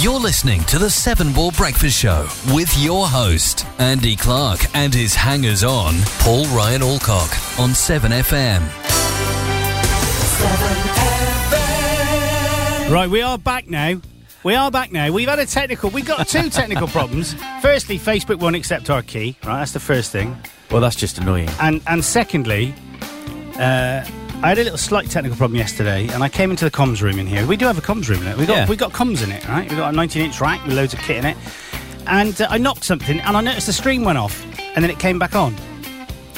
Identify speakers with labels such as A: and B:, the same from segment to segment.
A: You're listening to the Seven Ball Breakfast Show with your host, Andy Clark, and his hangers on, Paul Ryan Alcock, on 7FM.
B: Right, we are back now. We are back now. We've had a technical. We got two technical problems. Firstly, Facebook won't accept our key. Right, that's the first thing.
C: Well, that's just annoying.
B: And and secondly, uh, I had a little slight technical problem yesterday, and I came into the comms room in here. We do have a comms room in it. We got
C: Yeah.
B: we got comms in it, right? We got a 19-inch rack with loads of kit in it. And uh, I knocked something, and I noticed the stream went off, and then it came back on.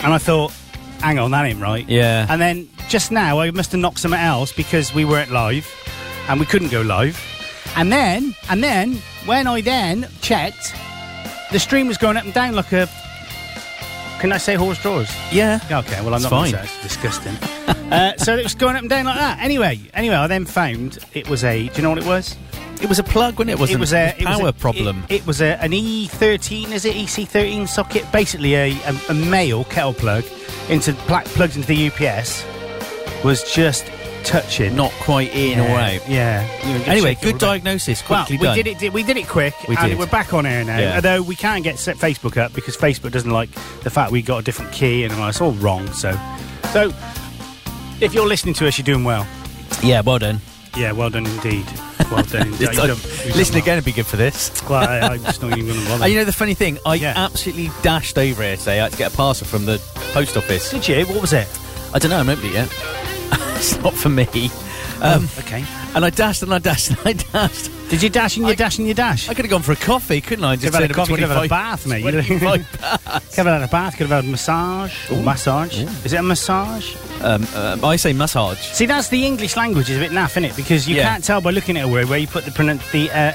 B: And I thought, hang on, that ain't right.
C: Yeah.
B: And then just now, I must have knocked something else because we weren't live, and we couldn't go live. And then, and then, when I then checked, the stream was going up and down like a. Can I say horse drawers?
C: Yeah.
B: Okay, well, I'm
C: It's
B: not going
C: fine.
B: to say it's disgusting. uh, so it was going up and down like that. Anyway, anyway, I then found it was a. Do you know what it was?
C: It was a plug when it wasn't.
B: it was a it was
C: power
B: a-
C: problem.
B: It, it was a, an E13, is it EC13 socket? Basically, a, a, a male kettle plug into pla- plugged into the UPS was just touching.
C: Not quite in
B: yeah,
C: or out.
B: Yeah. You were gonna
C: Anyway,
B: check it,
C: good
B: weren't we?
C: diagnosis.
B: Well,
C: Quickly
B: we
C: done.
B: did it. We did it quick,
C: We
B: and
C: did.
B: we're back on air now.
C: Yeah.
B: Although we can't get set Facebook up because Facebook doesn't like the fact we got a different key, and it's all wrong. So, so if you're listening to us, you're doing well.
C: Yeah, well done.
B: Yeah, well done indeed. Well done. indeed. You've
C: It's like-
B: done- you've done
C: listen
B: well.
C: again would be good for this.
B: Well, I, I'm just not even going to bother.
C: And you know the funny thing? I
B: Yeah.
C: absolutely dashed over here today. I had to get a parcel from the post office.
B: Did you? What was it?
C: I don't know, I haven't opened it yet. it's not for me. Um,
B: Okay.
C: and I dashed and I dashed and I dashed.
B: Did you dash in your dash in your dash?
C: I could have gone for a coffee, couldn't I? and
B: Could
C: Just
B: have had a
C: turned
B: coffee, could have had a
C: 25
B: bath, mate. You know?
C: 25
B: Could have had a bath, could have had a massage. Massage. Is it a massage?
C: um, um, I say massage.
B: See, that's the English language is a bit naff, is it? Because you
C: Yeah.
B: can't tell by looking at a word where you put the pronoun- the uh,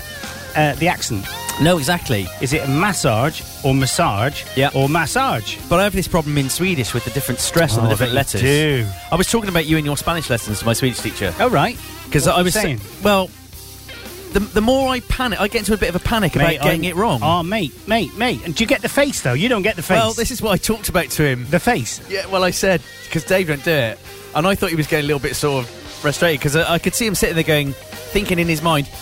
B: uh, the accent.
C: No, exactly.
B: Is it a massage or massage
C: Yeah.
B: or massage?
C: But I have this problem in Swedish with the different stress on
B: Oh, I
C: the different
B: bet you
C: letters.
B: do.
C: I was talking about you in your Spanish lessons to my Swedish teacher
B: Oh, right.
C: because
B: What
C: I
B: you
C: was sa-
B: saying?
C: well. The, the more I panic, I get into a bit of a panic
B: Mate,
C: about getting
B: I'm-
C: it wrong.
B: Oh, mate, mate, mate. And do you get the face, though? You don't get the face.
C: well, this is what I talked about to him.
B: The face.
C: Yeah, well, I said because Dave don't do it, and I thought he was getting a little bit sort of frustrated because I, I could see him sitting there going, thinking in his mind, "H-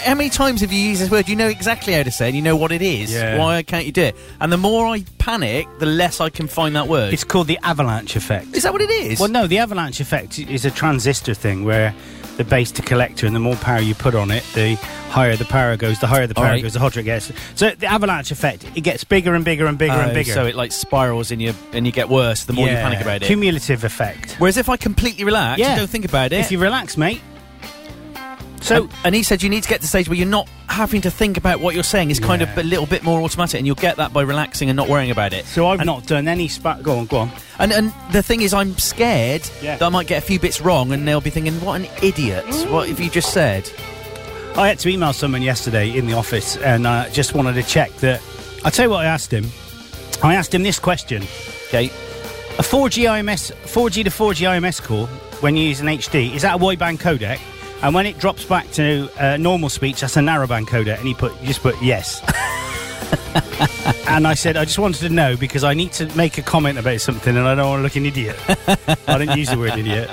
C: "How many times have you used this word? You know exactly how to say, it, and you know what it is.
B: Yeah.
C: Why can't you do it?" And the more I panic, the less I can find that word.
B: It's called the avalanche effect.
C: is that what it is?
B: Well, no, the avalanche effect i- is a transistor thing where the base to collector, and the more power you put on it, the higher the power goes. The higher the
C: All
B: power
C: right.
B: goes, the hotter it gets. So the avalanche effect, it gets bigger and bigger and bigger and
C: Oh,
B: bigger.
C: So it like spirals and you and you get worse the more you
B: Yeah.
C: panic about it.
B: Cumulative effect.
C: Whereas if I completely relax, and don't think about it.
B: If you relax, mate. So
C: and, and he said you need to get to the stage where you're not having to think about what you're saying. It's kind of
B: Yeah.
C: a little bit more automatic, and you'll get that by relaxing and not worrying about it.
B: so I've not done any spa. Go on, go on.
C: And and the thing is, I'm scared
B: Yeah.
C: that I might get a few bits wrong, and they'll be thinking, "What an idiot! What have you just said?"
B: I had to email someone yesterday in the office, and I just wanted to check that. I tell you what, I asked him. I asked him this question.
C: Okay,
B: A 4G IMS, 4G to 4G IMS call when you use an HD is that a wideband codec, and when it drops back to uh, normal speech, that's a narrowband codec. And he put you just put yes. and I said I just wanted to know because I need to make a comment about something, and I don't want to look an idiot. I didn't use the word idiot.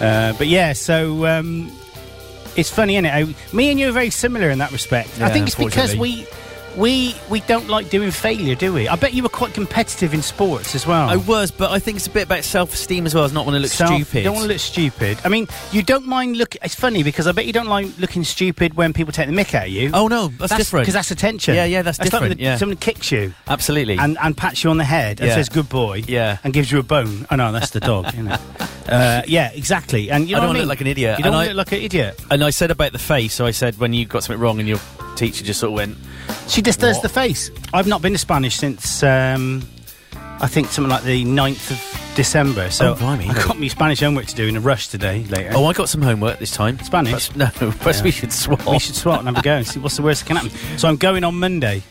B: Uh, but yeah, so um, it's funny, isn't it? Me and you are very similar in that respect. I
C: Yeah,
B: think it's because
C: unfortunately.
B: we. We we don't like doing failure, do we? I bet you were quite competitive in sports as well
C: I was, but I think it's a bit about self-esteem as well as not want to look
B: self-
C: stupid.
B: You don't want to look stupid. I mean, you don't mind look. It's funny because I bet you don't like looking stupid when people take the mick out of you.
C: oh no, that's, different.
B: Because that's attention.
C: Yeah, yeah, that's
B: like when
C: different,
B: the-
C: yeah.
B: Someone kicks you
C: absolutely.
B: and, and pats you on the head and
C: Yeah.
B: says "good boy."
C: Yeah.
B: And gives you a bone. Oh no, that's the dog. you know. Uh, yeah, exactly. And you know what
C: I don't wanna
B: I mean?
C: look like an idiot,
B: You don't
C: and
B: wanna
C: I-
B: look like an idiot.
C: And I said about the face, so I said when you got something wrong and your teacher just sort of went,
B: She just does
C: What?
B: the face. I've not been to Spanish since um, I think something like the 9th of December. So
C: Oh, blimey.
B: I got my Spanish homework to do in a rush today. Later.
C: Oh, I got some homework this time.
B: Spanish?
C: Perhaps- no, perhaps
B: Yeah.
C: we should swap.
B: We should swap and have a go and see what's the worst that can happen. So I'm going on Monday,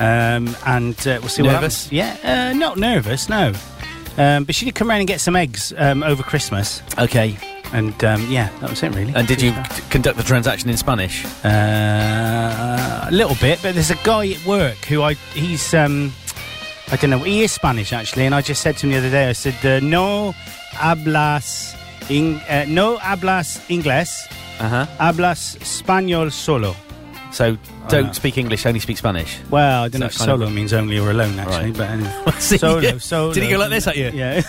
B: um, and uh, we'll see
C: Nervous?
B: what happens. Yeah, uh, not nervous, no. Um, but she did come round and get some eggs um, over Christmas,
C: Okay.
B: and um, yeah, that was it really.
C: And did you c- conduct the transaction in Spanish?
B: Uh, a little bit, but there's a guy at work who I he's um, I don't know. He is Spanish actually, and I just said to him the other day. I said, uh, "No hablas, in, uh, no hablas inglés,
C: Uh huh.
B: hablas español solo.
C: So
B: know.
C: don't speak English, only speak Spanish.
B: Well, I don't know if
C: that kind of-
B: solo means only or alone, actually,
C: Right.
B: but anyway.
C: See,
B: solo,
C: yeah.
B: solo.
C: Did he go like this at you?
B: Yeah.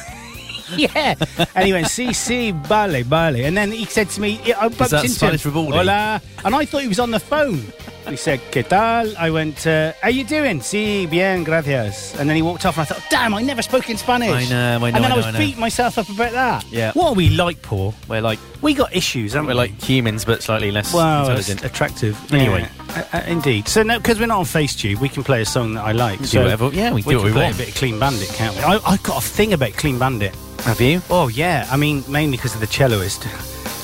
B: yeah. And he went, si, si, vale, vale. And then he said to me, yeah, I bumped
C: that
B: into
C: Spanish
B: him.
C: for baldy?
B: Hola. And I thought he was on the phone. He said, ¿Qué tal? I went, uh, how you doing? Si, bien, gracias. And then he walked off and I thought, damn, I never spoke in Spanish.
C: I know, I know,
B: And then
C: I
B: I,
C: know,
B: was
C: I know.
B: beating myself up about that.
C: Yeah.
B: What are we like, Paul?
C: We're like
B: We got issues, haven't
C: we're
B: we?
C: like humans, but slightly less
B: Wow, it's
C: intelligent.
B: attractive.
C: Anyway.
B: Yeah, uh, uh, indeed. So no, because we're not on FaceTube, we can play a song that I like.
C: do
B: so
C: whatever- yeah, we can
B: can
C: do what we
B: play
C: want.
B: A bit of Clean Bandit, can't we? I, I got a thing about Clean Bandit.
C: Have you?
B: Oh yeah, I mean mainly because of the celloist,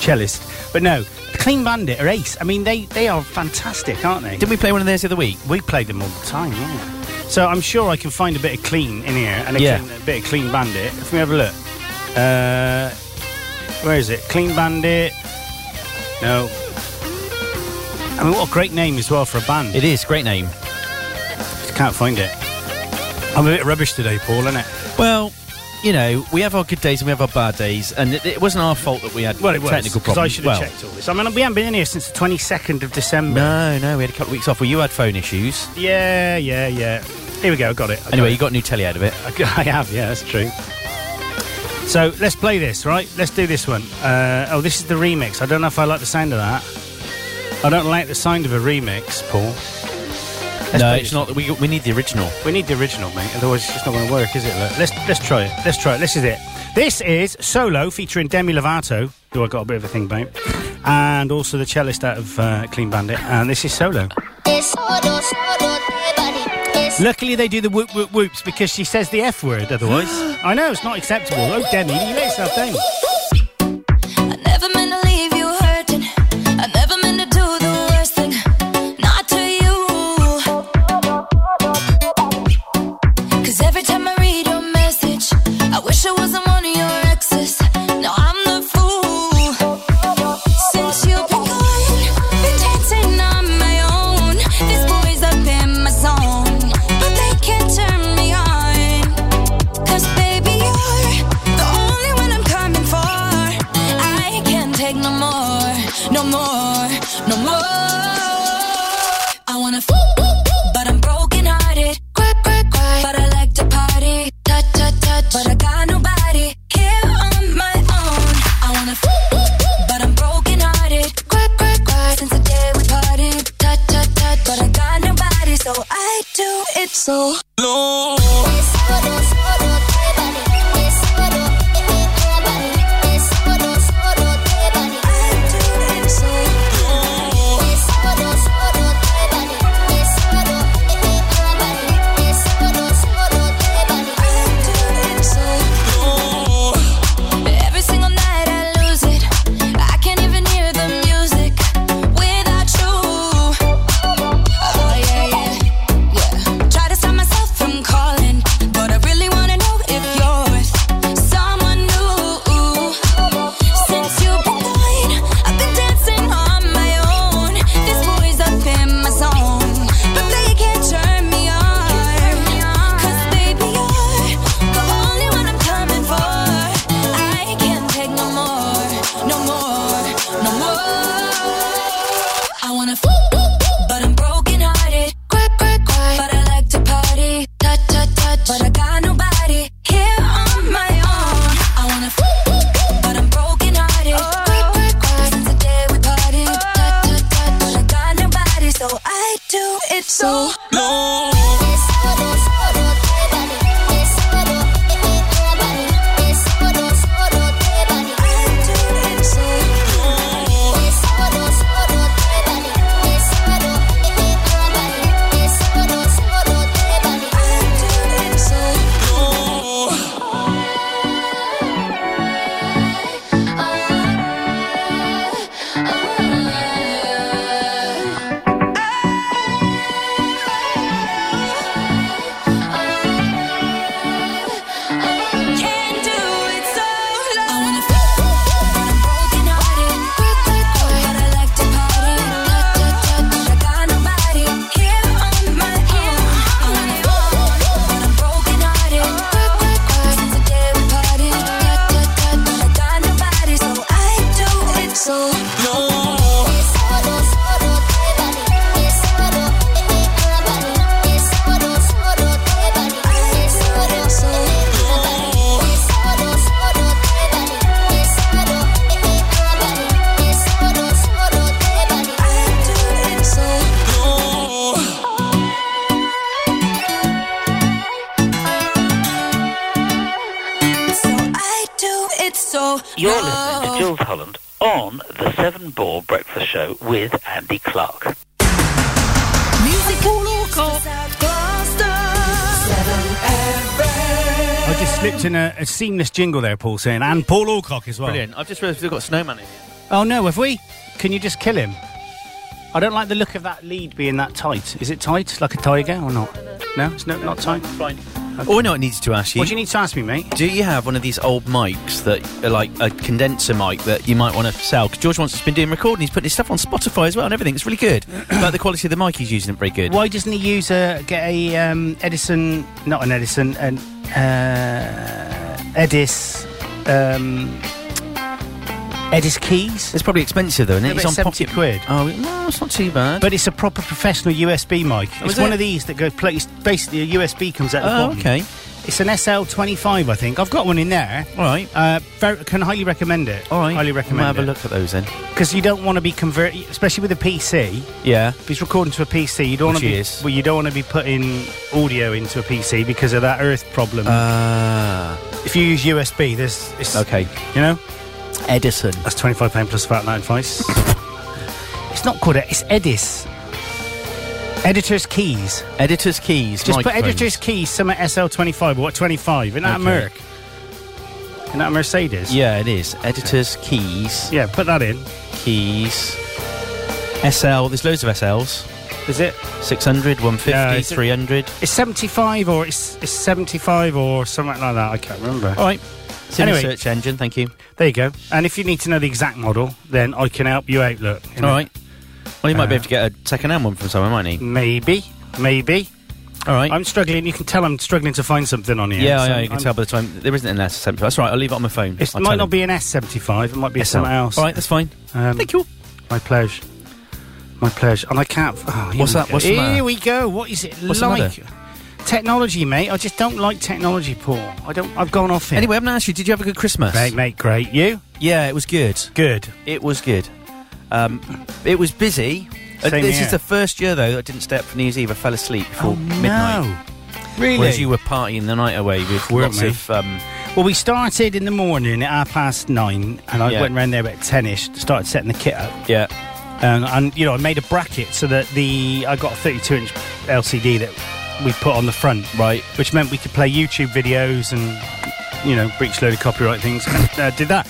B: cellist. But no, Clean Bandit are ace. I mean they they are fantastic, aren't they?
C: Didn't we play one of theirs the other week?
B: we played them all the time. Yeah. So I'm sure I can find a bit of clean in here and a,
C: Yeah.
B: clean, a bit of Clean Bandit. If we have a look, uh, where is it? Clean Bandit. No. I mean, what a great name as well for a band.
C: It is great name.
B: Just can't find it. I'm a bit rubbish today, Paul, isn't it?
C: Well, you know, we have our good days and we have our bad days, and it, it wasn't our fault that we had technical
B: because I
C: problems.
B: should have
C: well,
B: checked all this. I mean, we haven't been in here since the 22nd of December.
C: no, no, we had a couple of weeks off. Well, you had phone issues.
B: Yeah, yeah, yeah. Here we go. I got it. I got
C: Anyway,
B: it.
C: you got new telly out of it.
B: I I have, yeah, that's true. So let's play this, right? Let's do this one. Uh, oh, this is the remix. I don't know if I like the sound of that. I don't like the sound of a remix, Paul.
C: no,
B: play
C: it's
B: this.
C: not. We we need the original.
B: We need the original, mate. Otherwise, it's just not going to work, is it? Look, let's let's try it. Let's try it. This is it. This is Solo featuring Demi Lovato, who I got a bit of a thing about, and also the cellist out of uh, Clean Bandit. And this is Solo.
D: It's solo, solo, te vale. Es
B: Luckily, they do the whoop whoop whoops because she says the F word. Otherwise, I know it's not acceptable. Oh, Demi, you let yourself down.
E: I never meant to leave you hurting. I never meant to do the worst thing, not to you. 'Cause every time I read your message, I wish I wasn't one of your exes. Now I'm the fool. Since you've been gone, been dancing on my own. These boys up in my zone, but they can't turn me on. 'Cause baby, you're the only one I'm coming for. I can't take no more, no more, no more. I wanna fool, but I'm broken hearted. Quack, quack, quack. But I like to party. Touch, touch, touch. But I got nobody here on my own. I wanna fool, but I'm broken hearted. Quack, quack, quack. Since the day we partied. Touch, touch, touch. But I got nobody, so I do it so.
D: solo, solo, te vale. Es solo, te te vale. Es solo, solo, te vale.
E: I do it so.
D: Es solo, solo, te vale. Es solo, te te vale. Es solo, solo, te vale.
E: Every single night I lose it. I can't even hear the music without you. Oh yeah, yeah, yeah. Try to stop myself from calling, but I really wanna know if you're with someone new. Since you've been gone, I've been dancing on my own. These boys up in my zone, but they can't turn me on. 'Cause baby, you're the only one I'm coming for. I can't take no more, no more, no more. I wanna fool, but I'm broken hearted. Quack, quack, quack. But I like to party. Touch, touch, touch. But I got nobody here on my own. I wanna fool, but I'm broken hearted. Quack, quack, quack. Since the day we parted. Touch, touch, touch. But I got nobody, so I do it so.
D: Es solo, solo, te vale. Es solo, te te vale. Es solo, solo, te vale.
E: I do it so.
D: Es solo, solo, te vale. Es solo, te te vale. Es solo, solo, te vale.
E: I
F: You're
E: No.
F: listening to Jules Holland on the Seven Ball Breakfast Show with Andy Clark.
E: Music all local. South Gloucester.
B: I just slipped in a, a seamless jingle there, Paul, saying, and Paul Alcock as well.
C: Brilliant. I've just realised we've got Snowman in here.
B: Oh no, have we? Can you just kill him? I don't like the look of that lead being that tight. Is it tight, like a tiger, or not? No, it's no, not tight.
C: Fine. All Oh, I know I needed to ask you.
B: What do you need to ask me, mate?
C: do you have one of these old mics that are like a condenser mic that you might want to sell? 'Cause George wants to been doing recording. He's putting his stuff on Spotify as well and everything. It's really good. but the quality of the mic he's using is very good.
B: Why doesn't he use a get a um, Edison? Not an Edison, an uh, Edis. Um, Edis keys.
C: It's probably expensive though, isn't it?
B: Yeah, but it's 70 quid.
C: Oh, it- no, it's not too bad.
B: But it's a proper professional USB mic.
C: Oh,
B: it's
C: is
B: one
C: it?
B: of these that goes. It's basically a USB comes out the
C: oh,
B: bottom.
C: okay.
B: It's an SL25, I think. I've got one in there.
C: All right.
B: Uh, very, can highly recommend it.
C: All right.
B: Highly
C: We'll
B: recommend
C: have a
B: it.
C: look at those then.
B: Because you don't want to be converted, especially with a PC.
C: Yeah.
B: If it's recording to a PC, you don't want to
C: Which
B: be.
C: he is.
B: Well, you don't want to be putting audio into a PC because of that Earth problem.
C: Uh,
B: if you use USB, there's. It's,
C: okay.
B: You know,
C: Edison.
B: that's twenty-five pound plus that advice. it's not called it. It's Edis. Editor's keys.
C: Editor's keys.
B: Just put
C: microphones.
B: editor's keys. Summer SL25. What twenty-five? Isn't that
C: Okay.
B: a Merc? Isn't that a Mercedes?
C: Yeah, it is. Editor's keys.
B: Yeah. Put that in.
C: Keys. SL. There's loads of SLs.
B: Is it?
C: 600, 150,
B: Yeah, it's-
C: 300.
B: It's 75 or it's, it's 75 or something like that. I can't remember.
C: All right. It's in
B: Anyway.
C: the search engine. Thank you.
B: There you go. And if you need to know the exact model, then I can help you out. Look. you know.
C: All right. Well, you might
B: Uh,
C: be able to get a second-hand one from somewhere, might he?
B: Maybe. Maybe.
C: All right.
B: I'm struggling. You can tell I'm struggling to find something on here.
C: yeah, I
B: so
C: know. You can
B: I'm-
C: tell by the time there isn't an S. That's right. I'll leave it on my phone.
B: It
C: I'll
B: might
C: tell
B: not
C: him.
B: be an S75. It might be something else.
C: All right, that's fine.
B: Um,
C: Thank you.
B: My pleasure. My pleasure. And I can't. Oh, here
C: What's
B: we
C: that-
B: go.
C: what's the
B: here
C: matter?
B: we go. What is it
C: What's the
B: like? Technology, mate. I just don't like technology, Paul. I don't. I've gone off it.
C: Anyway, I'm going to ask you. Did you have a good Christmas?
B: Great, mate. Great. You?
C: Yeah, it was good.
B: Good.
C: It was good. Um, it was busy. Uh,
B: Same
C: this
B: here. Oh,
C: is the first year though that I didn't stay up for New Year's Eve. I fell asleep before midnight.
B: No. Really?
C: Whereas you were partying the night away with
B: Weren't
C: lots
B: we?
C: of um,
B: Well, we started in the morning at half past nine, and I
C: Yeah.
B: went round there about ten-ish. Started setting the kit up,
C: yeah.
B: and, and you know I made a bracket so that the I got a thirty-two-inch LCD that we put on the front,
C: Right.
B: which meant we could play YouTube videos and you know breach a load of copyright things. and, uh, did that.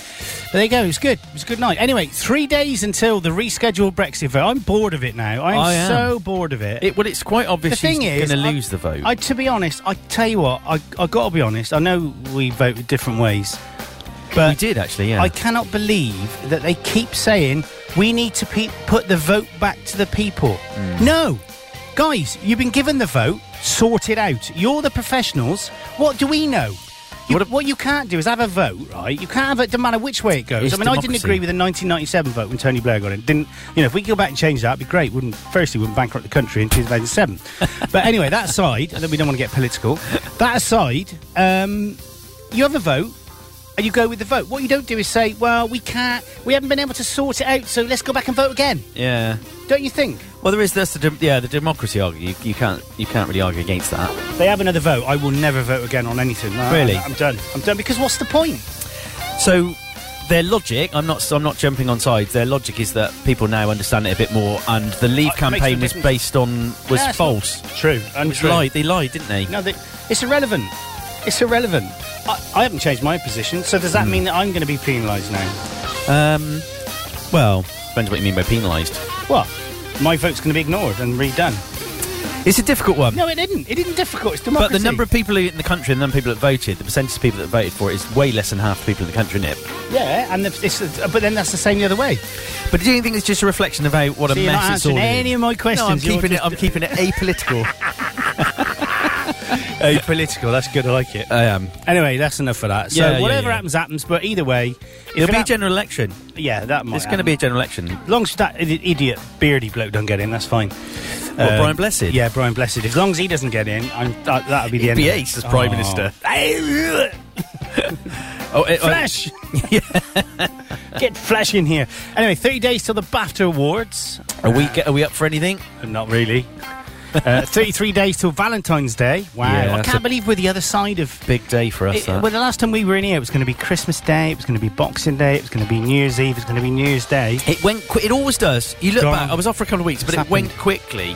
B: But there you go. It was good. It was a good night. Anyway, three days until the rescheduled Brexit vote. I'm bored of it now. I'm
C: I am.
B: so bored of it.
C: It, well, it's quite obvious
B: The thing
C: he's
B: is,
C: going to
B: I-
C: lose the vote.
B: I, to be honest, I tell you what, I I got to be honest. I know we voted different ways, but
C: we did actually. Yeah.
B: I cannot believe that they keep saying we need to pe- put the vote back to the people.
C: Hmm.
B: No, guys, you've been given the vote, sort it out. You're the professionals. What do we know? You-
C: What
B: what,
C: a-
B: you can't do is have a vote, right? You can't have it. Doesn't matter which way it goes.
C: It's
B: I mean, I
C: democracy.
B: didn't agree with the 1997 vote when Tony Blair got in. Didn't you know? If we could go back and change that, it'd be great. Wouldn't firstly wouldn't bankrupt the country in 2007. but anyway, that aside, and then we don't want to get political. That aside, um, you have a vote and you go with the vote. What you don't do is say, well, we can't, we haven't been able to sort it out, so let's go back and vote again.
C: yeah.
B: Don't you think?
C: Well, there is that's the dem- yeah the democracy argument. You, you can't you can't really argue against that.
B: They have another vote. I will never vote again on anything. No,
C: Really?
B: I'm done. I'm done because what's the point?
C: So their logic, I'm not I'm not jumping on sides. Their logic is that people now understand it a bit more, and the Leave
B: Uh, it makes no
C: campaign was
B: difference.
C: based on was
B: No, it's
C: false.
B: True.
C: Was lied. They lied, didn't they?
B: No, they, it's irrelevant. It's irrelevant. I, I haven't changed my position, so
C: Hmm.
B: does that mean that I'm going to be penalised now?
C: Um, well, depends what you mean by penalised.
B: What? My vote's going to be ignored and redone.
C: It's a difficult one.
B: No, it didn't. It isn't difficult. It's
C: But
B: democracy.
C: the number of people who- in the country and the number of people that voted, the percentage of people that voted for it is way less than half the people in the country, isn't it?
B: yeah, and the, it's, uh, but then that's the same the other way.
C: But do you think it's just a reflection of how what
B: So
C: a
B: you're
C: mess
B: not
C: it's all
B: answering any of my questions.
C: No, I'm
B: You're
C: keeping it.
B: just-
C: I'm keeping it apolitical.
B: Apolitical. That's good. I like it.
C: I am.
B: Anyway, that's enough for that. So
C: Yeah, yeah,
B: whatever
C: yeah.
B: happens, happens. But either way, if
C: It'll
B: it
C: be a
B: hap-
C: general election.
B: yeah, that might.
C: It's going to be a general election.
B: As long as that i- idiot beardy bloke don't get in, that's fine.
C: Well,
B: Um,
C: Brian Blessed.
B: Yeah, Brian Blessed. As long as he doesn't get in, I'm, that, that'll be the end.
C: Be
B: of it.
C: ace as E. prime
B: Oh.
C: minister. oh, it- oh,
B: Flash. get Flash in here. Anyway, 30 days till the BAFTA Awards. Uh,
C: Are we get, are we up for anything?
B: Not really. Uh, 33 days till Valentine's Day. Wow.
C: Yeah,
B: I
C: that's
B: can't
C: a-
B: believe we're the other side of.
C: Big day for us.
B: It, well,
C: that.
B: the last time we were in here, it was going to be Christmas Day, it was going to be Boxing Day, it was going to be New Year's Eve, it was going to be New Year's Day.
C: It went. Qu- it always does. You look
B: Gone.
C: back. I was off for a couple of weeks, but
B: It's
C: it
B: happened.
C: went quickly.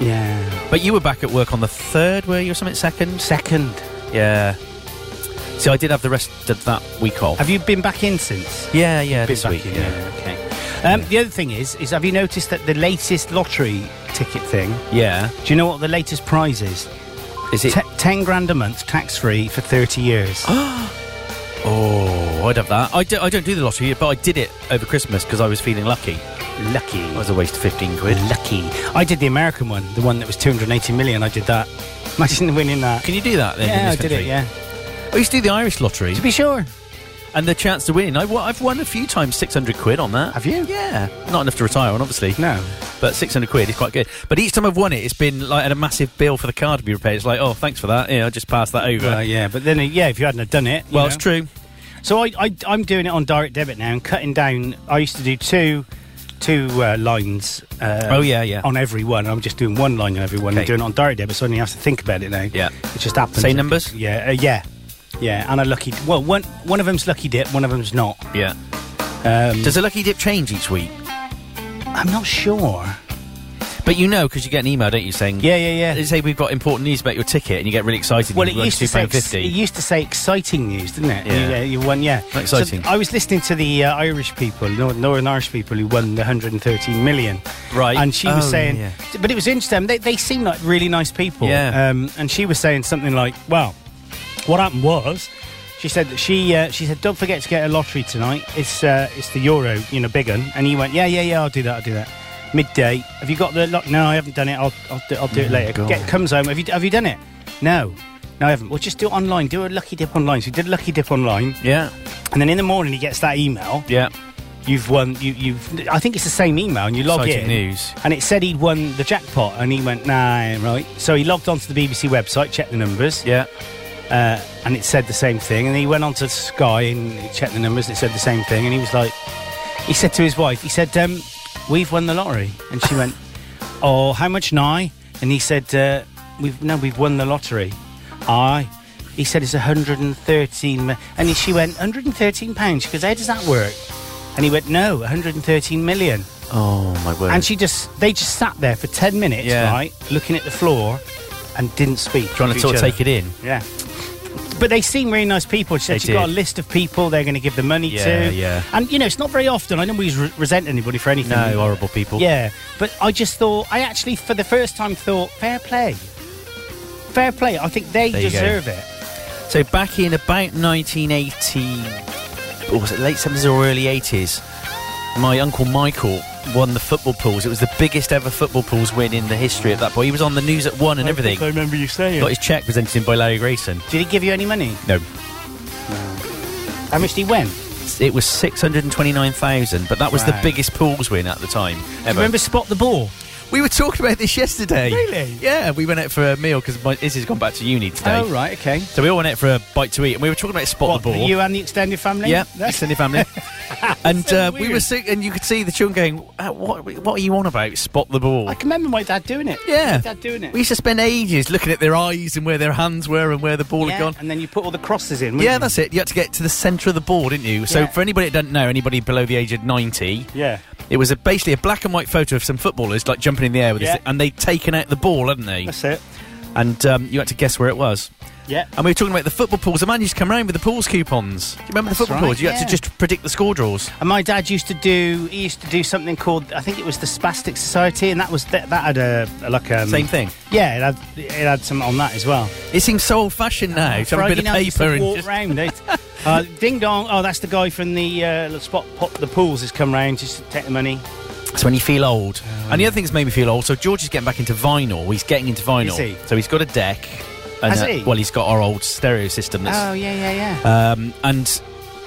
B: Yeah.
C: But you were back at work on the third, were you, or something? Second.
B: Second.
C: Yeah. So I did have the rest of that week off.
B: Have you been back in since?
C: yeah, yeah.
B: Bit
C: This
B: back
C: week.
B: in,
C: Yeah.
B: Okay. Um, the other thing is, is have you noticed that the latest lottery ticket thing?
C: yeah.
B: Do you know what the latest prize is?
C: Is it?
B: Te- Ten grand a month, tax free for thirty years.
C: oh, I'd have that. I, do, I don't do the lottery, but I did it over Christmas because I was feeling lucky.
B: Lucky.
C: That was a waste of fifteen quid.
B: Lucky. I did the American one, the one that was two hundred eighty million. I did that. Imagine winning that.
C: Can you do that then? in
B: Yeah, I
C: this
B: did it.
C: country?
B: Yeah.
C: I used to do the Irish lottery
B: To be sure.
C: and the chance to win. I, wa- I've won a few times 600 quid on that.
B: Have you?
C: Yeah. Not enough to retire on, obviously.
B: No.
C: But 600 quid is quite good. But each time I've won it, it's been like had a massive bill for the car to be repaired. It's like, oh, thanks for that. Yeah, I'll just pass that over.
B: Well, yeah, but then, uh, yeah, if you hadn't have done it, you
C: Well,
B: know.
C: it's true.
B: So I, I, I'm doing it on direct debit now and cutting down. I used to do two, two uh, lines. Uh,
C: Oh, yeah, yeah.
B: On every one, I'm just doing one line on every one. I'm
C: Okay.
B: doing it on direct debit, so I only have to think about it now.
C: Yeah.
B: it just happens.
C: Same numbers?
B: Yeah, uh, yeah, yeah. And a lucky. Well, one one of them's lucky dip, one of them's not.
C: Yeah.
B: Um,
C: Does the lucky dip change each week?
B: I'm not sure.
C: But you know, because you get an email, don't you, saying,
B: Yeah, yeah,
C: They
B: yeah.
C: say we've got important news about your ticket, and you get really excited.
B: Well,
C: and
B: it
C: you won
B: used to say ex-
C: £2.50.
B: it used to say exciting news, didn't it?
C: Yeah.
B: you, uh, you won, yeah.
C: Not exciting.
B: So I was listening to the uh, Irish people, Nor- Northern Irish people, who won the 113 million.
C: Right.
B: And she
C: Oh,
B: was
C: yeah,
B: saying,
C: yeah.
B: but it was interesting. They, they seem like really nice people.
C: Yeah.
B: Um, and she was saying something like, "Well, what happened was." She said that she uh, she said don't forget to get a lottery tonight. It's uh, it's the euro, you know, big one. And he went, yeah, yeah, yeah, I'll do that, I'll do that. Midday. Have you got the lot? No, I haven't done it. I'll I'll do, I'll do it later. Get, comes home. Have you have you done it? No, no, I haven't. Well, just do it online. Do a lucky dip online. So he did a lucky dip online,
C: yeah,
B: and then in the morning he gets that email.
C: yeah.
B: You've won. You, you've. I think it's the same email, and you log
C: Exciting
B: in.
C: news.
B: And it said he'd won the jackpot, and he went, nah, right. So he logged onto the BBC website, checked the numbers,
C: Yeah.
B: uh, and it said the same thing. And he went onto Sky and checked the numbers, and it said the same thing. And he was like, he said to his wife, he said, um, we've won the lottery. And she went, oh, how much now? And he said, uh, we've no, we've won the lottery. Aye. He said it's 113, mi-" and she went 113 pounds. She goes, how does that work? And he went, no, 113 million.
C: Oh my word.
B: And she just, they just sat there for 10 minutes,
C: Yeah.
B: right, looking at the floor and didn't speak.
C: trying to
B: each
C: sort of
B: other.
C: take it in.
B: Yeah. But they seem really nice people. She
C: They
B: said she's got a
C: did.
B: list of people they're going to give the money
C: Yeah,
B: to.
C: yeah.
B: And, you know, it's not very often. I don't always re- resent anybody for anything.
C: No, horrible people.
B: Yeah. But I just thought, I actually, for the first time, thought, fair play. Fair play. I think they
C: There you go.
B: deserve it.
C: So back in about 1980, or was it late 70s or early 80s, my uncle Michael won the football pools. It was the biggest ever football pools win in the history at that point. He was on the news at one and everything.
B: remember you saying.
C: Got his cheque presented to him by Larry Grayson.
B: Did he give you any money?
C: No,
B: How much did he win?
C: it was 629,000, but that was the
B: Wow.
C: biggest pools win at the time.
B: Do you
C: Ever.
B: remember Spot the Ball?
C: We were talking about this yesterday.
B: Really?
C: Yeah, we went out for a meal because Izzy's gone back to uni today.
B: Oh, right, okay.
C: So we all went out for a bite to eat, and we were talking about spot
B: What,
C: the ball.
B: you and the extended family?
C: yeah,
B: That's
C: extended family. and
B: so
C: uh, we were
B: weird.
C: sick, and you could see the children going, "Ah, "What? What are you on about? Spot the ball."
B: I can remember my dad doing it.
C: yeah,
B: My dad doing it.
C: We used to spend ages looking at their eyes and where their hands were and where the ball
B: yeah,
C: had gone.
B: and then you put all the crosses in. wouldn't
C: Yeah,
B: you?
C: that's it. You had to get to the centre of the ball, didn't you? So
B: Yeah.
C: for anybody that doesn't know, anybody below the age of ninety,
B: Yeah.
C: it was a, basically a black and white photo of some footballers like jumping in the air with
B: Yeah.
C: this, and they'd taken out the ball, hadn't they?
B: That's it.
C: and um, you had to guess where it was.
B: Yeah.
C: And we were talking about the football pools. A man used to come around with the pools coupons. Do you remember
B: That's
C: the football
B: right,
C: pools? You had
B: yeah.
C: to just predict the score draws.
B: And my dad used to do. He used to do something called. I think it was the Spastic Society, and that was that, that had a, a like um,
C: Same thing.
B: Yeah, it had it had some on that as well.
C: It seems so old-fashioned now. to have a
B: Friday
C: bit of
B: night used to
C: paper and
B: walk
C: just,
B: round. eh? uh, ding dong. Oh, that's the guy from the uh, the spot. Pop the pools has come round just to take the money.
C: It's when you feel old. and the other thing's made me feel old. So George is getting back into vinyl. He's getting into vinyl.
B: Is he?
C: So he's got a deck. And,
B: Has he?
C: Well, he's got our old stereo system. That's,
B: Oh yeah, yeah, yeah.
C: um, and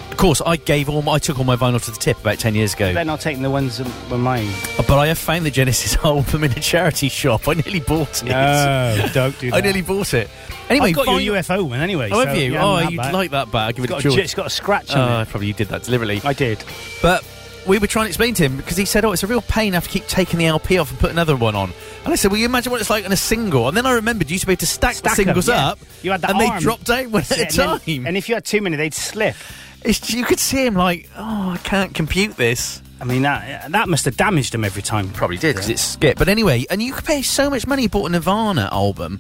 C: of course, I gave all. My, I took all my vinyl to the tip about ten years ago.
B: then I'll take the ones that were mine.
C: But I have found the Genesis album in a charity shop. I nearly bought it.
B: don't do that.
C: I nearly bought it. Anyway,
B: I've got
C: vinyl-
B: your UFO one anyway.
C: Oh,
B: so,
C: have you?
B: yeah,
C: oh,
B: I'm
C: you'd
B: back.
C: like that back. Give
B: It's
C: it
B: got,
C: to
B: a, j-
C: George.
B: it's got a scratch
C: Oh,
B: on
C: I probably did that deliberately.
B: it. I did.
C: But we were trying to explain to him because he said, "Oh, it's a real pain. I have to keep taking the LP off and put another one on." And I said, "Well, you imagine what it's like on a single." And then I remembered you used to be able to stack,
B: Stack
C: the singles
B: 'em, yeah.
C: up,
B: You had the
C: and they
B: arm.
C: dropped out one at a
B: and, then-
C: time.
B: and if you had too many, they'd slip.
C: it's, you could see him like, "Oh, I can't compute this."
B: I mean, that that must have damaged them every time.
C: Probably did because it's skip. But anyway, and you could pay so much money. You bought a Nirvana album.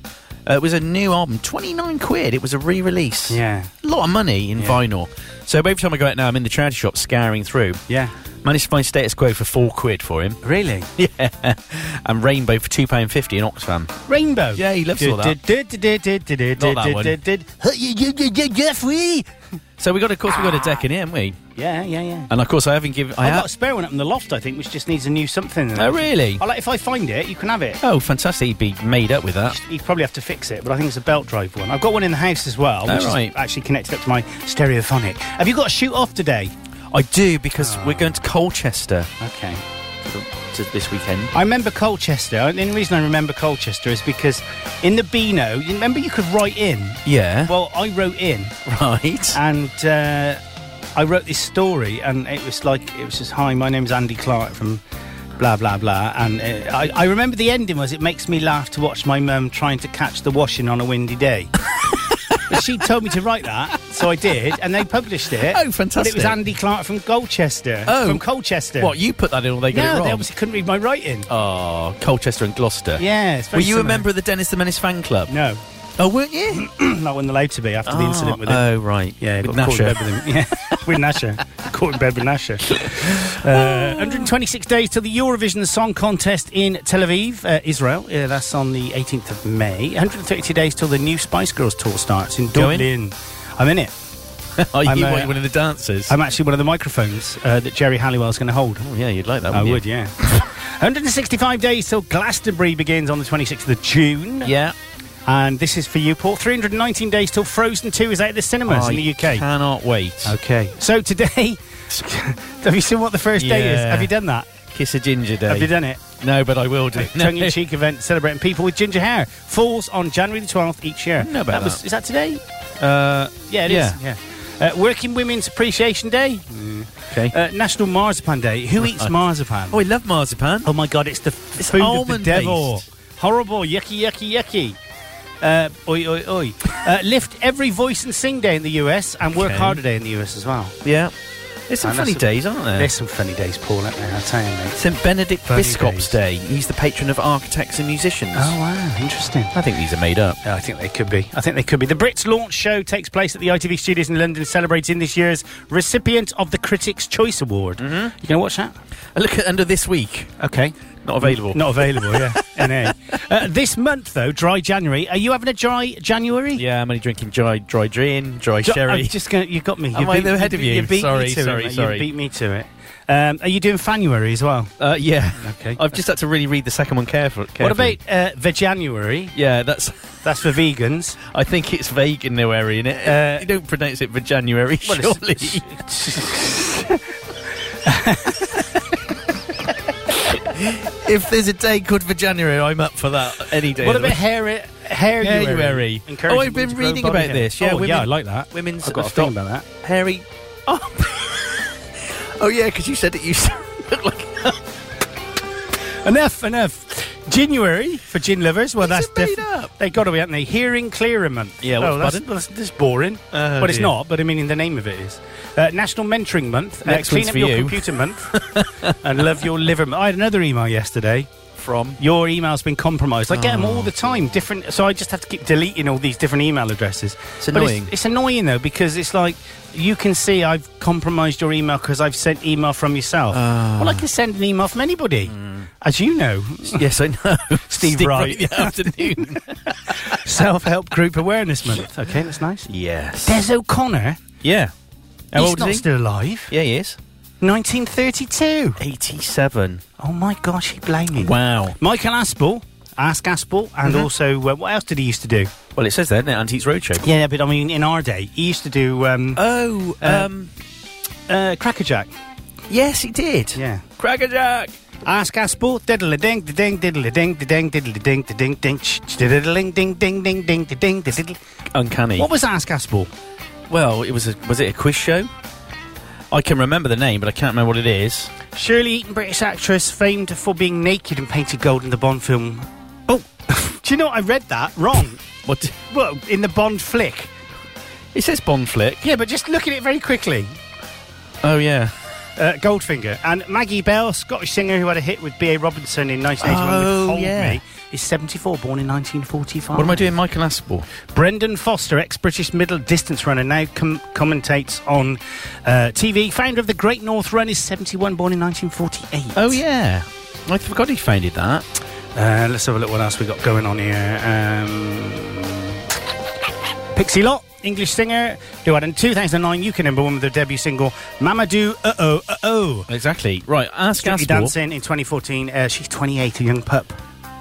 C: Uh, it was a new album, twenty nine quid. It was a re release.
B: Yeah.
C: a lot of money in vinyl. So every time I go out now, I'm in the charity shop scouring through.
B: Yeah.
C: Managed to find Status Quo for four quid for him.
B: Really?
C: Yeah, and Rainbow for two pound fifty in Oxfam.
B: Rainbow.
C: Yeah, he loves all that. Not that one.
B: one.
C: So we got, of course, we got a deck in here, haven't we?
B: Yeah, yeah, yeah.
C: And of course, I haven't given. I
B: I've got a
C: have.
B: spare one up in the loft, I think, which just needs a new something. in it.
C: Oh, really?
B: I like if I find it, you can have it.
C: Oh, fantastic! He'd be made up with that.
B: You'd probably have to fix it, but I think it's a belt drive one. I've got one in the house as well,
C: Oh,
B: which
C: right.
B: is actually connected up to my stereophonic. Have you got a shoot off today?
C: I do because we're going to Colchester
B: Okay.
C: to this weekend.
B: I remember Colchester. and The only reason I remember Colchester is because in the Beano, you remember you could write in.
C: Yeah.
B: Well, I wrote in,
C: right.
B: and uh, I wrote this story, and it was like it was just hi, my name's Andy Clark from blah blah blah, and uh, I, I remember the ending was it makes me laugh to watch my mum trying to catch the washing on a windy day. But she told me to write that, so I did, and they published it.
C: Oh,
B: But it
C: fantastic.
B: was Andy Clark from Colchester.
C: Oh.
B: from Colchester.
C: What you put that in, or they got
B: No,
C: it
B: they
C: wrong?
B: obviously couldn't read my writing.
C: Oh, Colchester and Gloucester.
B: Yeah, it's
C: Were
B: very
C: you a
B: similar.
C: member of the Dennis the Menace fan club?
B: No,
C: Oh, weren't you?
B: I wasn't allowed to be after the incident with it.
C: Oh, right.
B: Yeah,
C: with
B: got caught in
C: Nasher.
B: bed with him. Yeah, with Nasher. Caught in bed with Nasher. Uh, 126 days till the Eurovision Song Contest in Tel Aviv, uh, Israel. Uh, that's on the 18th of May. 132 days till the new Spice Girls tour starts in
C: Going?
B: Dublin. I'm in it.
C: Are
B: I'm,
C: Oh, you
B: uh,
C: like one of the dancers?
B: I'm actually one of the microphones uh, that Jerry Halliwell's going to hold.
C: oh, yeah, you'd like that.
B: I
C: wouldn't you?
B: would, yeah. 165 days till Glastonbury begins on the 26th of June.
C: Yeah.
B: And this is for you, Paul. 319 days till Frozen 2 is out at the cinemas in the
C: I
B: UK.
C: Cannot wait.
B: Okay. So today, have you seen what the first day is?
C: Yeah.
B: Have you done that?
C: Kiss a ginger day.
B: Have you done it?
C: No, but I will do. No.
B: Tongue in cheek event celebrating people with ginger hair falls on January the 12th each year.
C: know about
B: Was,
C: that.
B: is that today?
C: Uh,
B: Yeah, it is.
C: Yeah. Mm,
B: Yeah. Uh, Working Women's Appreciation Day,
C: okay.
B: uh, National Marzipan Day. Who eats marzipan?
C: oh, I love marzipan.
B: Oh my god, it's the f- food of the
C: almond
B: devil.
C: based.
B: Horrible, yucky, yucky, yucky. Uh,
C: Oh,
B: oi, oi, oi. Uh, lift every voice and sing day in the US and work
C: Okay.
B: harder day in the US as well.
C: Yeah. Ah, There's some
B: And
C: funny
B: that's a-
C: days, aren't there?
B: There's some funny days, Paul, aren't there? I'll tell you, mate.
C: St. Benedict
B: Funny
C: Biscop's Day. He's the patron of architects and musicians.
B: Oh wow, interesting.
C: I think these are made up.
B: I think they could be. I think they could be. The Brits launch show takes place at the ITV studios in London, celebrating this year's recipient of the Critics' Choice Award. Mm-hmm. You gonna watch that?
C: A Look at under this week.
B: Okay.
C: Not available.
B: Not available. Yeah. NA. Uh, this month though, dry January. Are you having a dry January?
C: Yeah, I'm only drinking dry, dry gin, dry
B: Jo-
C: sherry.
B: I'm just gonna. You got me. You
C: Am I ahead of you?
B: You beat
C: Sorry,
B: me to
C: sorry,
B: it. mate.
C: sorry.
B: You beat me to it. Um, are you doing Fanuary as well?
C: uh, yeah.
B: Okay.
C: I've just had to really read the second one careful, carefully.
B: What about uh, Veganuary?
C: Yeah, that's.
B: That's for vegans.
C: I think it's vague in there, in it.
B: Uh,
C: you don't pronounce it for January,
B: Well,
C: surely.
B: it's-
C: if there's a day called for January, I'm up for that any day.
B: What
C: of the
B: about
C: week.
B: hair? Hair
C: Hairuary. Oh, I've been reading about this. Yeah,
B: oh,
C: women-
B: yeah, I like that.
C: women's
B: I've got a
C: stop-
B: thing about that.
C: hairy? Oh, oh yeah, because you said it. You look like
B: Enough, enough. January for gin lovers. Well,
C: These
B: that's
C: are made
B: diff-
C: up.
B: They got to be, haven't they? Hearing clearer month.
C: Yeah,
B: well,
C: what's
B: that's,
C: pardon?
B: well, that's, that's boring.
C: Oh,
B: but it's
C: dear.
B: not. But I mean, in the name of it is uh, National Mentoring Month. Uh,
C: Next
B: clean
C: one's
B: up
C: for
B: your
C: you.
B: computer month, and love your liver. Month. I had another email yesterday.
C: from.
B: Your email's been compromised. I get them
C: Ah.
B: all the time, different. So I just have to keep deleting all these different email addresses.
C: It's
B: But
C: annoying.
B: It's, annoying though because it's like you can see I've compromised your email because I've sent email from yourself.
C: Ah.
B: Well, I can send an email from anybody,
C: Mm.
B: as you know.
C: yes, I know.
B: Steve Wright.
C: in the afternoon.
B: Self help group awareness month. Okay, that's nice.
C: yes.
B: Des O'Connor.
C: yeah. How
B: he's
C: old
B: not
C: is he?
B: still alive.
C: yeah, he is.
B: 1932.
C: 87.
B: Oh my gosh, he blamed me.
C: Wow. Mm-hmm.
B: Michael Aspel. Ask Aspel, and also uh, what else did he used to do?
C: Well, it says there, isn't it? Antiques Roadshow.
B: Yeah, but I mean, in our day, he used to do um,
C: Oh, um,
B: uh, Crackerjack.
C: yes, he did.
B: Yeah.
C: Crackerjack.
B: Ask Aspel, diddle ding, ding, diddle ding, ding, diddle ding, ding, ding, diddle ding, ding, ding, ding, ding, ding, diddle.
C: Uncanny.
B: What was Ask Aspel?
C: Well, it was a was it a quiz show? I can remember the name, but I can't remember what it is.
B: Shirley Eaton, British actress, famed for being naked and painted gold in the Bond film. Oh, do you know what? I read that wrong?
C: What? d-
B: well, in the Bond flick.
C: It says Bond flick.
B: Yeah, but just look at it very quickly.
C: Oh yeah.
B: Uh, Goldfinger and Maggie Bell, Scottish singer who had a hit with B.A. Robinson in 1981
C: Oh,
B: with Hold
C: yeah.
B: Me, is 74, born in 1945.
C: What am I doing, Michael Aspel?
B: Brendan Foster, ex-British middle distance runner, now com- commentates on uh, TV. Founder of the Great North Run, is 71, born in 1948.
C: Oh yeah. I forgot he founded that.
B: Uh, let's have a look what else we got going on here. Um, Pixie Lott, English singer, who had a 2009 UK number one with their debut single Mamadou Uh Oh Uh Oh.
C: Exactly. Right. Ask
B: Strictly
C: Aspel.
B: Dancing in 2014. Uh, she's 28, a young pup.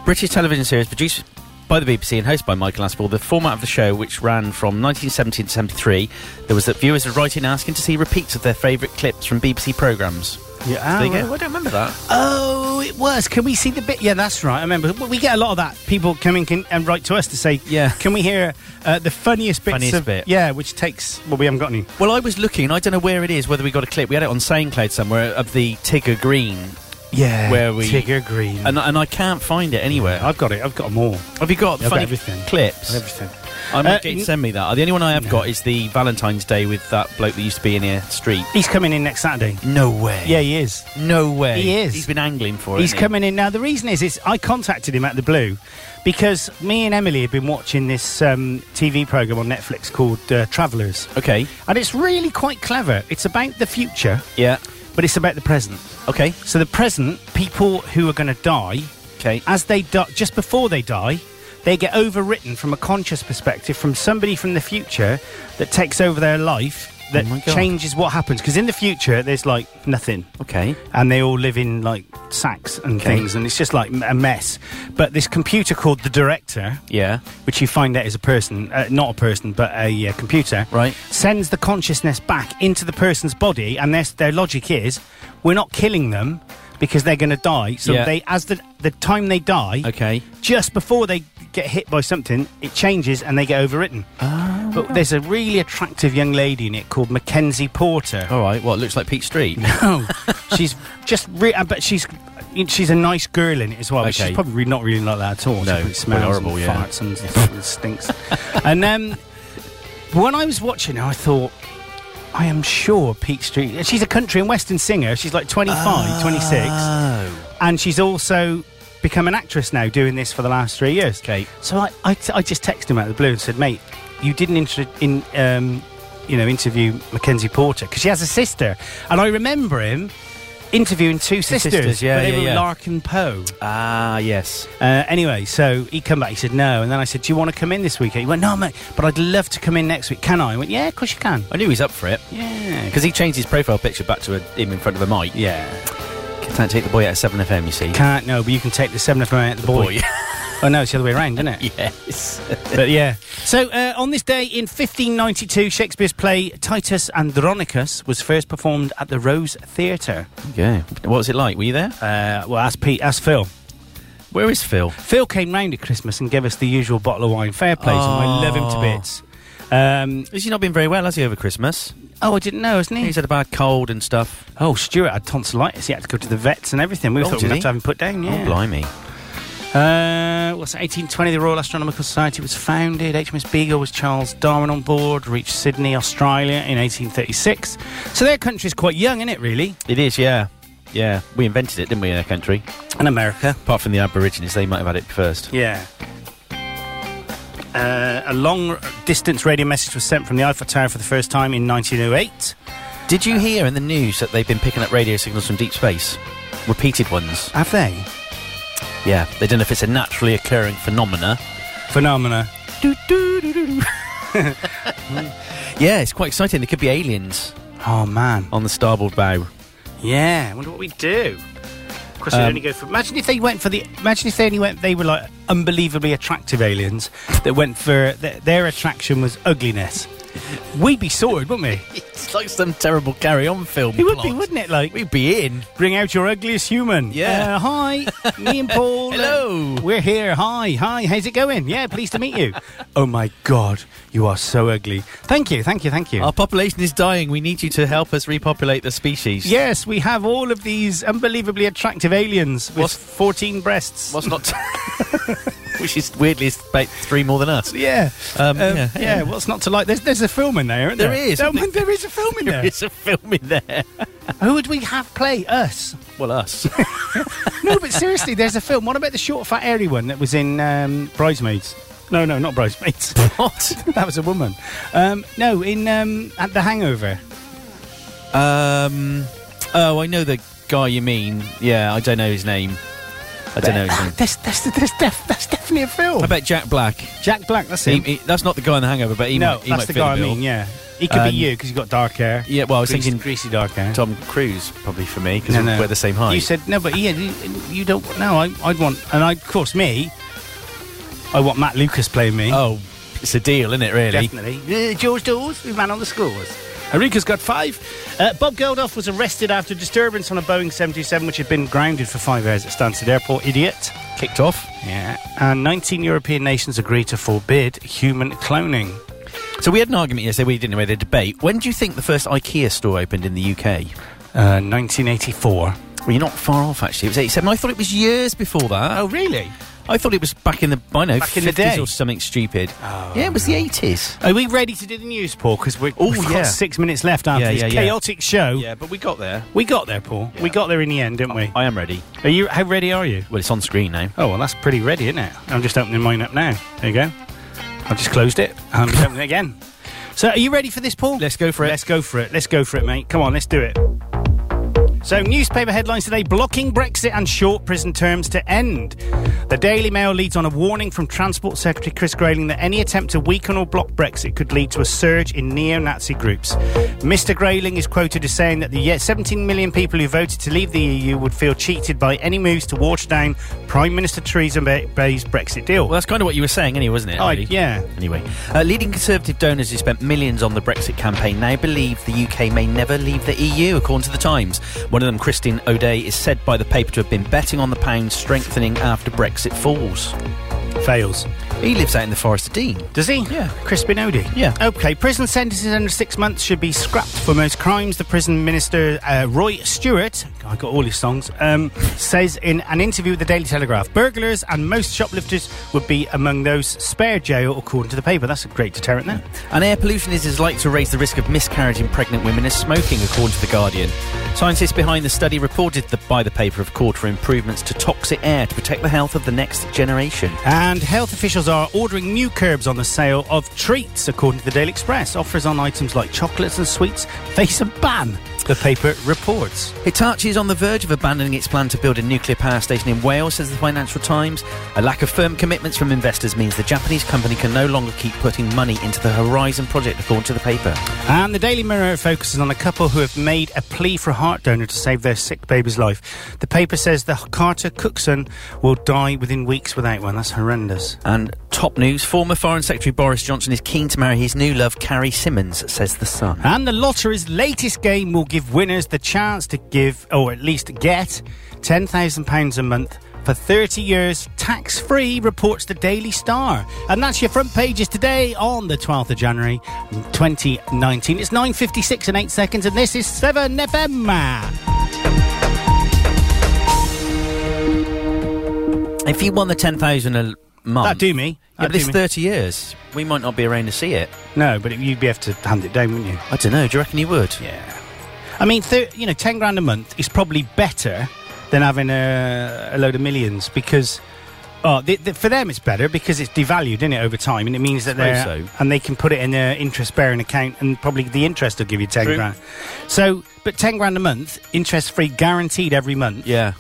C: British television series produced by the BBC and hosted by Michael Aspel. The format of the show, which ran from 1970 to 73, there was that viewers were writing asking to see repeats of their favourite clips from BBC programmes.
B: Yeah,
C: there you go. I don't remember that.
B: Oh, it was. Can we see the bit? Yeah, that's right. I remember. Well, We get a lot of that. People coming can, and write to us to say,
C: Yeah.
B: can we hear uh, the funniest bits
C: Funniest
B: of
C: bit.
B: Yeah, which takes. Well, we haven't got any.
C: Well, I was looking. I don't know where it is. Whether we got a clip, we had it on SoundCloud somewhere of the Tigger Green,
B: Hmm. Yeah,
C: Where we-
B: Tigger Green.
C: and and I can't find it anywhere.
B: I've got it. I've got them all.
C: Have you got
B: I've got
C: funny
B: everything.
C: clips?
B: Everything.
C: I might
B: Uh,
C: get you
B: n-
C: to send me that. The only one I have got is the Valentine's Day with that bloke that used to be in here street.
B: He's coming in next Saturday.
C: No way.
B: Yeah, he is.
C: No way.
B: He is.
C: He's been angling for it.
B: He's
C: hasn't he?
B: coming in now. The reason is, is I contacted him at the Blue because me and Emily had been watching this um, TV program on Netflix called uh, Travelers,
C: Okay.
B: and it's really quite clever. It's about the future,
C: Yeah.
B: but it's about the present.
C: Okay.
B: So the present people who are going to die,
C: Okay.
B: as they die, just before they die, they get overwritten from a conscious perspective from somebody from the future that takes over their life that
C: Oh my God.
B: changes what happens. Because in the future, there's like nothing
C: Okay.
B: and they all live in like sacks and
C: Okay.
B: things, and it's just like m- a mess. But this computer called the Director,
C: Yeah.
B: which you find out is a person, uh, not a person, but a uh, computer,
C: Right.
B: sends the consciousness back into the person's body, and their, their logic is, we're not killing them because they're going to die. So
C: Yeah.
B: they, as the the time they die,
C: Okay.
B: just before they get hit by something, it changes and they get overwritten.
C: Oh,
B: but there's a really attractive young lady in it called Mackenzie Porter.
C: All right. Well, it looks like Pete Street.
B: No, she's just. Re- uh, but she's she's a nice girl in it as well. But
C: Okay.
B: she's probably not really like that at all.
C: No,
B: she probably smells
C: horrible,
B: and
C: yeah.
B: farts and fucking stinks. and um, when I was watching her, I thought. I am sure Pete Street. She's a country and western singer. She's like 25,
C: Ah.
B: 26. And she's also become an actress now, doing this for the last three years.
C: Okay.
B: So I, I, I just texted him out of the blue and said, mate, you didn't intro- in, um, you know, interview Mackenzie Porter because she has a sister. And I remember him interviewing two sisters.
C: sisters, yeah,
B: but they
C: yeah,
B: were
C: yeah.
B: Larkin Poe.
C: Ah, yes.
B: Uh, anyway, so he come back. He said no, and then I said, "Do you want to come in this weekend?" He went, "No, mate, but I'd love to come in next week. Can I?" I went, "Yeah, of course you can."
C: I knew he was up for it
B: Yeah,
C: because he changed his profile picture back to a, him in front of a mic.
B: yeah,
C: Can't take the boy out of Seven FM. You see.
B: can't no, but you can take the seven from out the, boy. oh no, it's the other way around, isn't it?
C: yes.
B: but yeah. So uh, on this day in 1592, Shakespeare's play Titus Andronicus was first performed at the Rose Theatre.
C: Okay. What was it like? Were you there?
B: Uh, well, that's Pete, that's Phil.
C: Where is Phil?
B: Phil came round at Christmas and gave us the usual bottle of wine, fair play, and I love him to
C: Oh.
B: bits. Um,
C: Has he not been very well? Has he over Christmas?
B: oh, I didn't know, isn't he?
C: He's had a bad cold and stuff.
B: Oh, Stuart had tonsillitis. He had to go to the vets and everything. We
C: Oh,
B: thought
C: did
B: we'd have
C: he?
B: to have him put down. Yeah.
C: Oh, blimey.
B: Uh, what's that, 1820? The Royal Astronomical Society was founded. HMS Beagle was Charles Darwin on board. Reached Sydney, Australia in 1836. So their country's quite young, isn't it? Really?
C: It is, yeah. Yeah. We invented it, didn't we, in our country?
B: And America.
C: Apart from the Aborigines, they might have had it first.
B: Yeah. Uh, a long distance radio message was sent from the Eiffel Tower for the first time in 1908.
C: Did you hear in the news that they've been picking up radio signals from deep space? Repeated ones.
B: Have they?
C: Yeah. They don't know if it's a naturally occurring phenomena.
B: Phenomena.
C: Yeah, it's quite exciting. There could be aliens
B: Oh, man.
C: on the starboard bow.
B: Yeah, Um, I wonder what we do. Of course, they only go for. Imagine if they went for the. Imagine if they only went. They were like unbelievably attractive aliens that went for th- their attraction was ugliness. We'd be sorted, wouldn't we?
C: It's like some terrible carry-on film.
B: It would
C: plot.
B: be, wouldn't it? Like,
C: We'd be in.
B: bring out your ugliest human.
C: Yeah.
B: Uh, hi, me and Paul.
C: Hello.
B: Uh, We're here. Hi, hi. How's it going? Yeah, pleased to meet you. oh my God, you are so ugly. Thank you, thank you, thank you.
C: Our population is dying. We need you to help us repopulate the species.
B: Yes, we have all of these unbelievably attractive aliens with
C: What's-
B: 14 breasts.
C: What's not? Which is weirdly is about three more than us.
B: yeah.
C: Um,
B: Um,
C: yeah,
B: yeah, what's not to like? There's, there's a film in there, isn't there?
C: There is,
B: There,
C: isn't
B: there is a film in there.
C: It's a film in there.
B: Who would we have play? Us.
C: Well, us.
B: No, but seriously, there's a film. What about the short, fat, airy one that was in um, Bridesmaids? No, no, not Bridesmaids.
C: what?
B: that was a woman. Um, no, in um, at The Hangover.
C: Um. Oh, I know the guy you mean. Yeah, I don't know his name. I don't know his name.
B: That's, that's, that's, def- that's definitely a film.
C: I bet Jack Black.
B: Jack Black, that's
C: He,
B: him.
C: he- that's not the guy in The Hangover, but he
B: no,
C: might. He
B: that's
C: might
B: the
C: fit
B: guy I
C: bill.
B: mean, yeah. He could
C: Um,
B: be you because you've got dark hair.
C: Yeah, well, I was
B: Greasy-
C: thinking
B: greasy dark hair.
C: Tom Cruise probably for me because we're the same height.
B: You said no, but yeah, you, you don't. No, I, I'd want, and I, of course, me. I want Matt Lucas playing me.
C: oh, it's a deal, isn't it? Really?
B: Definitely. Uh, George Dawes, the man on the scores. Enrica's got five. Uh, Bob Geldof was arrested after disturbance on a Boeing 727, which had been grounded for five hours at Stansted Airport. Idiot.
C: Kicked off.
B: Yeah. And 19 European nations agree to forbid human cloning.
C: So we had an argument yesterday. We didn't know we had a debate. When do you think the first IKEA store opened in the UK?
B: Uh, 1984.
C: Well, you're not far off actually. It was 87. I thought it was years before that.
B: really?
C: I thought it was back in the I know
B: Back in the
C: 50s
B: day.
C: or something stupid.
B: Oh.
C: yeah, it was the 80s.
B: Are we ready to do the news, Paul? Because we've
C: Oh,
B: got
C: yeah.
B: six minutes left after
C: Yeah,
B: this
C: yeah, yeah.
B: chaotic show.
C: but we got there.
B: We got there, Paul. We
C: Yeah.
B: got there in the end, didn't we?
C: I am ready.
B: Are you? How ready are you?
C: Well, it's on screen now.
B: Oh well, that's pretty ready, isn't it? I'm just opening mine up now. There you go. I've just closed it. I'm just opening it again. So, are you ready for this, Paul?
C: Let's go for it.
B: Let's go for it. Let's go for it, mate. Come on, let's do it. So, newspaper headlines today blocking Brexit and short prison terms to end. The Daily Mail leads on a warning from Transport Secretary Chris Grayling that any attempt to weaken or block Brexit could lead to a surge in neo Nazi groups. Mr. Grayling is quoted as saying that the yet 17 million people who voted to leave the EU would feel cheated by any moves to water down Prime Minister Theresa May- May's Brexit deal.
C: Well, that's kind of what you were saying, anyway, wasn't it?
B: I-
C: really?
B: Oh, yeah.
C: Anyway, uh, leading Conservative donors who spent millions on the Brexit campaign now believe the UK may never leave the EU, according to The Times. One of them, Christine O'Day, is said by the paper to have been betting on the pound strengthening after Brexit falls.
B: Fails.
C: He lives out in the Forest of Dean.
B: Does he?
C: Yeah.
B: Crispin Odie?
C: Yeah.
B: Okay, prison sentences under six months should be scrapped for most crimes, the prison minister, uh, Roy Stewart, I got all his songs, um, says in an interview with the Daily Telegraph. Burglars and most shoplifters would be among those spared jail, according to the paper. That's a great deterrent there.
C: And air pollution is as likely to raise the risk of miscarriage in pregnant women as smoking, according to The Guardian. Scientists behind the study reported that by the paper have called for improvements to toxic air to protect the health of the next generation.
B: And health officials are ordering new curbs on the sale of treats, according to the Daily Express. Offers on items like chocolates and sweets face a ban, the paper reports.
C: Hitachi is on the verge of abandoning its plan to build a nuclear power station in Wales, says the Financial Times. A lack of firm commitments from investors means the Japanese company can no longer keep putting money into the Horizon project, according to the paper.
B: And the Daily Mirror focuses on a couple who have made a plea for a heart donor to save their sick baby's life. The paper says the Carter Cookson will die within weeks without one. That's horrendous.
C: And top news former Foreign Secretary Boris Johnson is keen to marry his new love, Carrie Simmons, says The Sun.
B: And the lottery's latest game will give winners the chance to give, or at least get, £10,000 a month for 30 years tax free, reports the Daily Star. And that's your front pages today on the 12th of January 2019. It's 9.56 and 8 seconds, and this is 7FM.
C: If you won the 10,000 a month.
B: That do me.
C: Um, Yeah,
B: That
C: but it's
B: do me.
C: 30 years. We might not be around to see it.
B: No, but it, you'd be able to hand it down, wouldn't you?
C: I don't know. Do you reckon you would?
B: Yeah. I mean, thir- you know, 10 grand a month is probably better than having a, a load of millions because. Oh, th th for them it's better because it's devalued, isn't it, over time, and it means that
C: Suppose
B: they're
C: so.
B: and they can put it in their interest-bearing account, and probably the interest will give you ten
C: True.
B: grand. So, but ten grand a month, interest-free, guaranteed every month.
C: Yeah.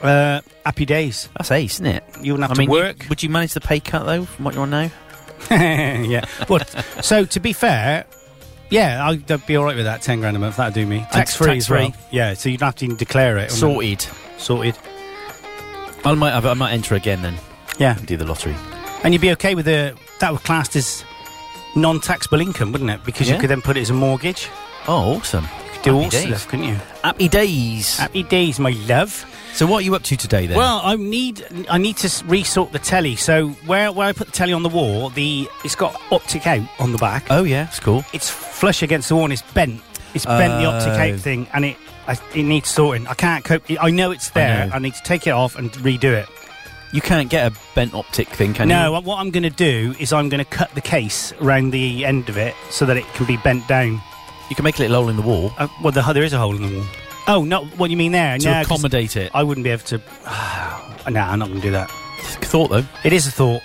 B: Uh, happy days.
C: That's ace, isn't it?
B: You wouldn't have
C: I
B: to
C: mean, you-
B: work.
C: would you manage the pay cut, though, from what you're on now?
B: yeah. Well, so to be fair, yeah, I'd I'd be all right with that. Ten grand a month, that'd do me. Tax free, as
C: tax-free.
B: well. Yeah, so you'd have to even declare it. wouldn't it?
C: Sorted.
B: Um, sorted.
C: I might, I might enter again then
B: Yeah,
C: and do the lottery.
B: and you'd be okay with the that would classed as non-taxable income, wouldn't it? Because you
C: Yeah.
B: could then put it as a mortgage.
C: Oh, awesome.
B: Do all
C: Happy days.
B: stuff, couldn't you?
C: Happy days.
B: Happy days, my love.
C: So what are you up to today then?
B: Well, I need I need to s- resort the telly. So where where I put the telly on the wall, the it's got optic out on the back.
C: oh yeah, it's cool.
B: It's flush against the wall. and It's bent. It's bent the optic
C: Oh.
B: out thing, and it I, it needs sorting. I can't cope. I know it's there.
C: know.
B: I, need to take it off and redo it.
C: You can't get a bent optic thing, can you?
B: no, what I'm going to do is I'm going to cut the case around the end of it so that it can be bent down.
C: You can make a little hole in the wall
B: Uh, well, the, there is a hole in the wall. Oh, not what you mean there.
C: to
B: no, 'cause
C: accommodate it. I
B: I wouldn't be able to. nah, I'm not going to do that.
C: thought though.
B: It is a thought.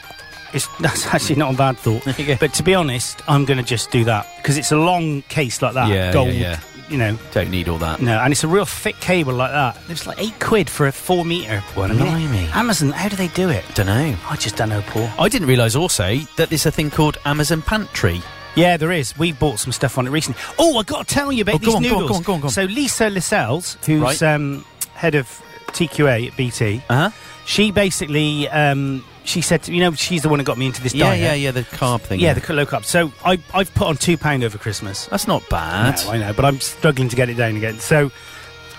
B: It's that's actually not a bad thought.
C: There you go.
B: But to be honest, I'm going to just do that because it's a long case like that,
C: Yeah, yeah,
B: gold.
C: yeah.
B: You know,
C: Don't need all that.
B: no, and it's a real thick cable like that. It's like eight quid for a four meter one. I mean,
C: Blimey.
B: Amazon, how do they do it?
C: Don't know.
B: I just don't know, Paul.
C: I didn't realise also that there's a thing called Amazon Pantry.
B: Yeah, there is. We bought some stuff on it recently. Oh, I got to tell you about
C: Oh, go
B: these
C: on, go on,
B: noodles.
C: go on, go on, go on.
B: So Lisa Lascelles, who's
C: Right.
B: um, head of TQA at BT,
C: Uh huh.
B: she basically um, she said, to- you know, she's the one who got me into this
C: Yeah,
B: diet.
C: yeah, yeah. The carb thing.
B: Yeah, the low carb. So I, I've put on two pound over Christmas.
C: that's not bad.
B: No, I know, but I'm struggling to get it down again. So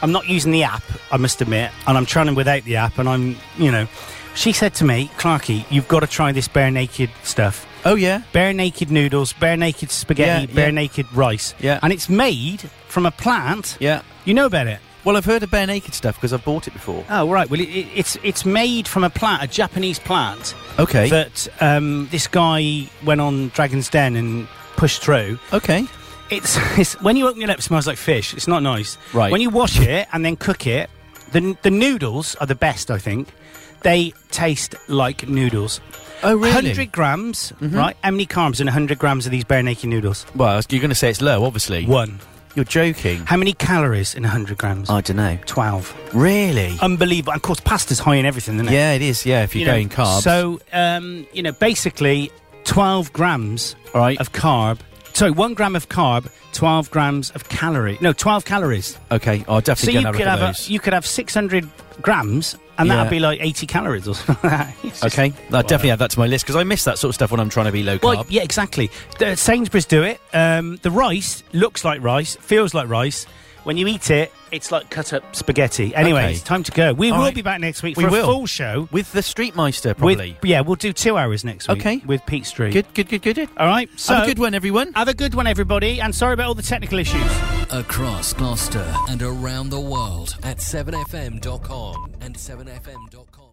B: I'm not using the app, I must admit, and I'm trying without the app. And I'm, you know, she said to me, Clarky, you've got to try this bare naked stuff.
C: oh yeah.
B: Bare naked noodles, bare naked spaghetti,
C: Yeah,
B: bare
C: yeah.
B: naked rice.
C: Yeah.
B: And it's made from a plant.
C: Yeah.
B: You know about it.
C: Well, I've heard of bare naked stuff because I've bought it before.
B: Oh, right. Well, it, it, it's, it's made from a plant, a Japanese plant
C: Uh, Okay.
B: that um, this guy went on Dragon's Den and pushed through.
C: okay.
B: It's, it's when you open it up, it smells like fish. It's not nice.
C: Right.
B: When you wash it and then cook it, the the noodles are the best. I think they taste like noodles.
C: Oh really? Mm-hmm.
B: Hundred grams, right? How many carbs in hundred grams of these bare naked noodles?
C: Well, you're going to say it's low, obviously.
B: One.
C: You're joking.
B: How many calories in hundred grams?
C: I don't know. Uh,
B: Twelve.
C: Really?
B: Unbelievable. And of course, pasta's high in everything, isn't it?
C: yeah, it is. Yeah, if you're
B: You know,
C: going carbs.
B: So, um, you know, basically, twelve grams
C: all right.
B: of carb. Sorry, one gram of carb, twelve grams of calorie. No, twelve calories.
C: Okay, I'll
B: So
C: definitely
B: you
C: go and
B: could
C: have
B: have
C: a look at
B: a,
C: those.
B: you could have 600 grams, and
C: Yeah.
B: that'd be like 80 calories or something. It's just-
C: Okay, I'll definitely add that to my list because I miss that sort of stuff when I'm trying to be low carb.
B: Well, yeah, exactly. The Sainsbury's do it. Um, the rice looks like rice, feels like rice. When you eat it, it's like cut up spaghetti. Anyway,
C: Okay.
B: it's time to go. We
C: All
B: will
C: right.
B: be back next week
C: We
B: for
C: will.
B: a full show.
C: With the Streetmeister,
B: With,
C: probably.
B: yeah, we'll do two hours next week.
C: Okay.
B: With Pete Street.
C: good, good, good, good. good.
B: All right. So
C: have a good one, everyone.
B: Have a good one, everybody. And sorry about all the technical issues.
A: Across Gloucester and around the world at 7fm.com and 7fm.com.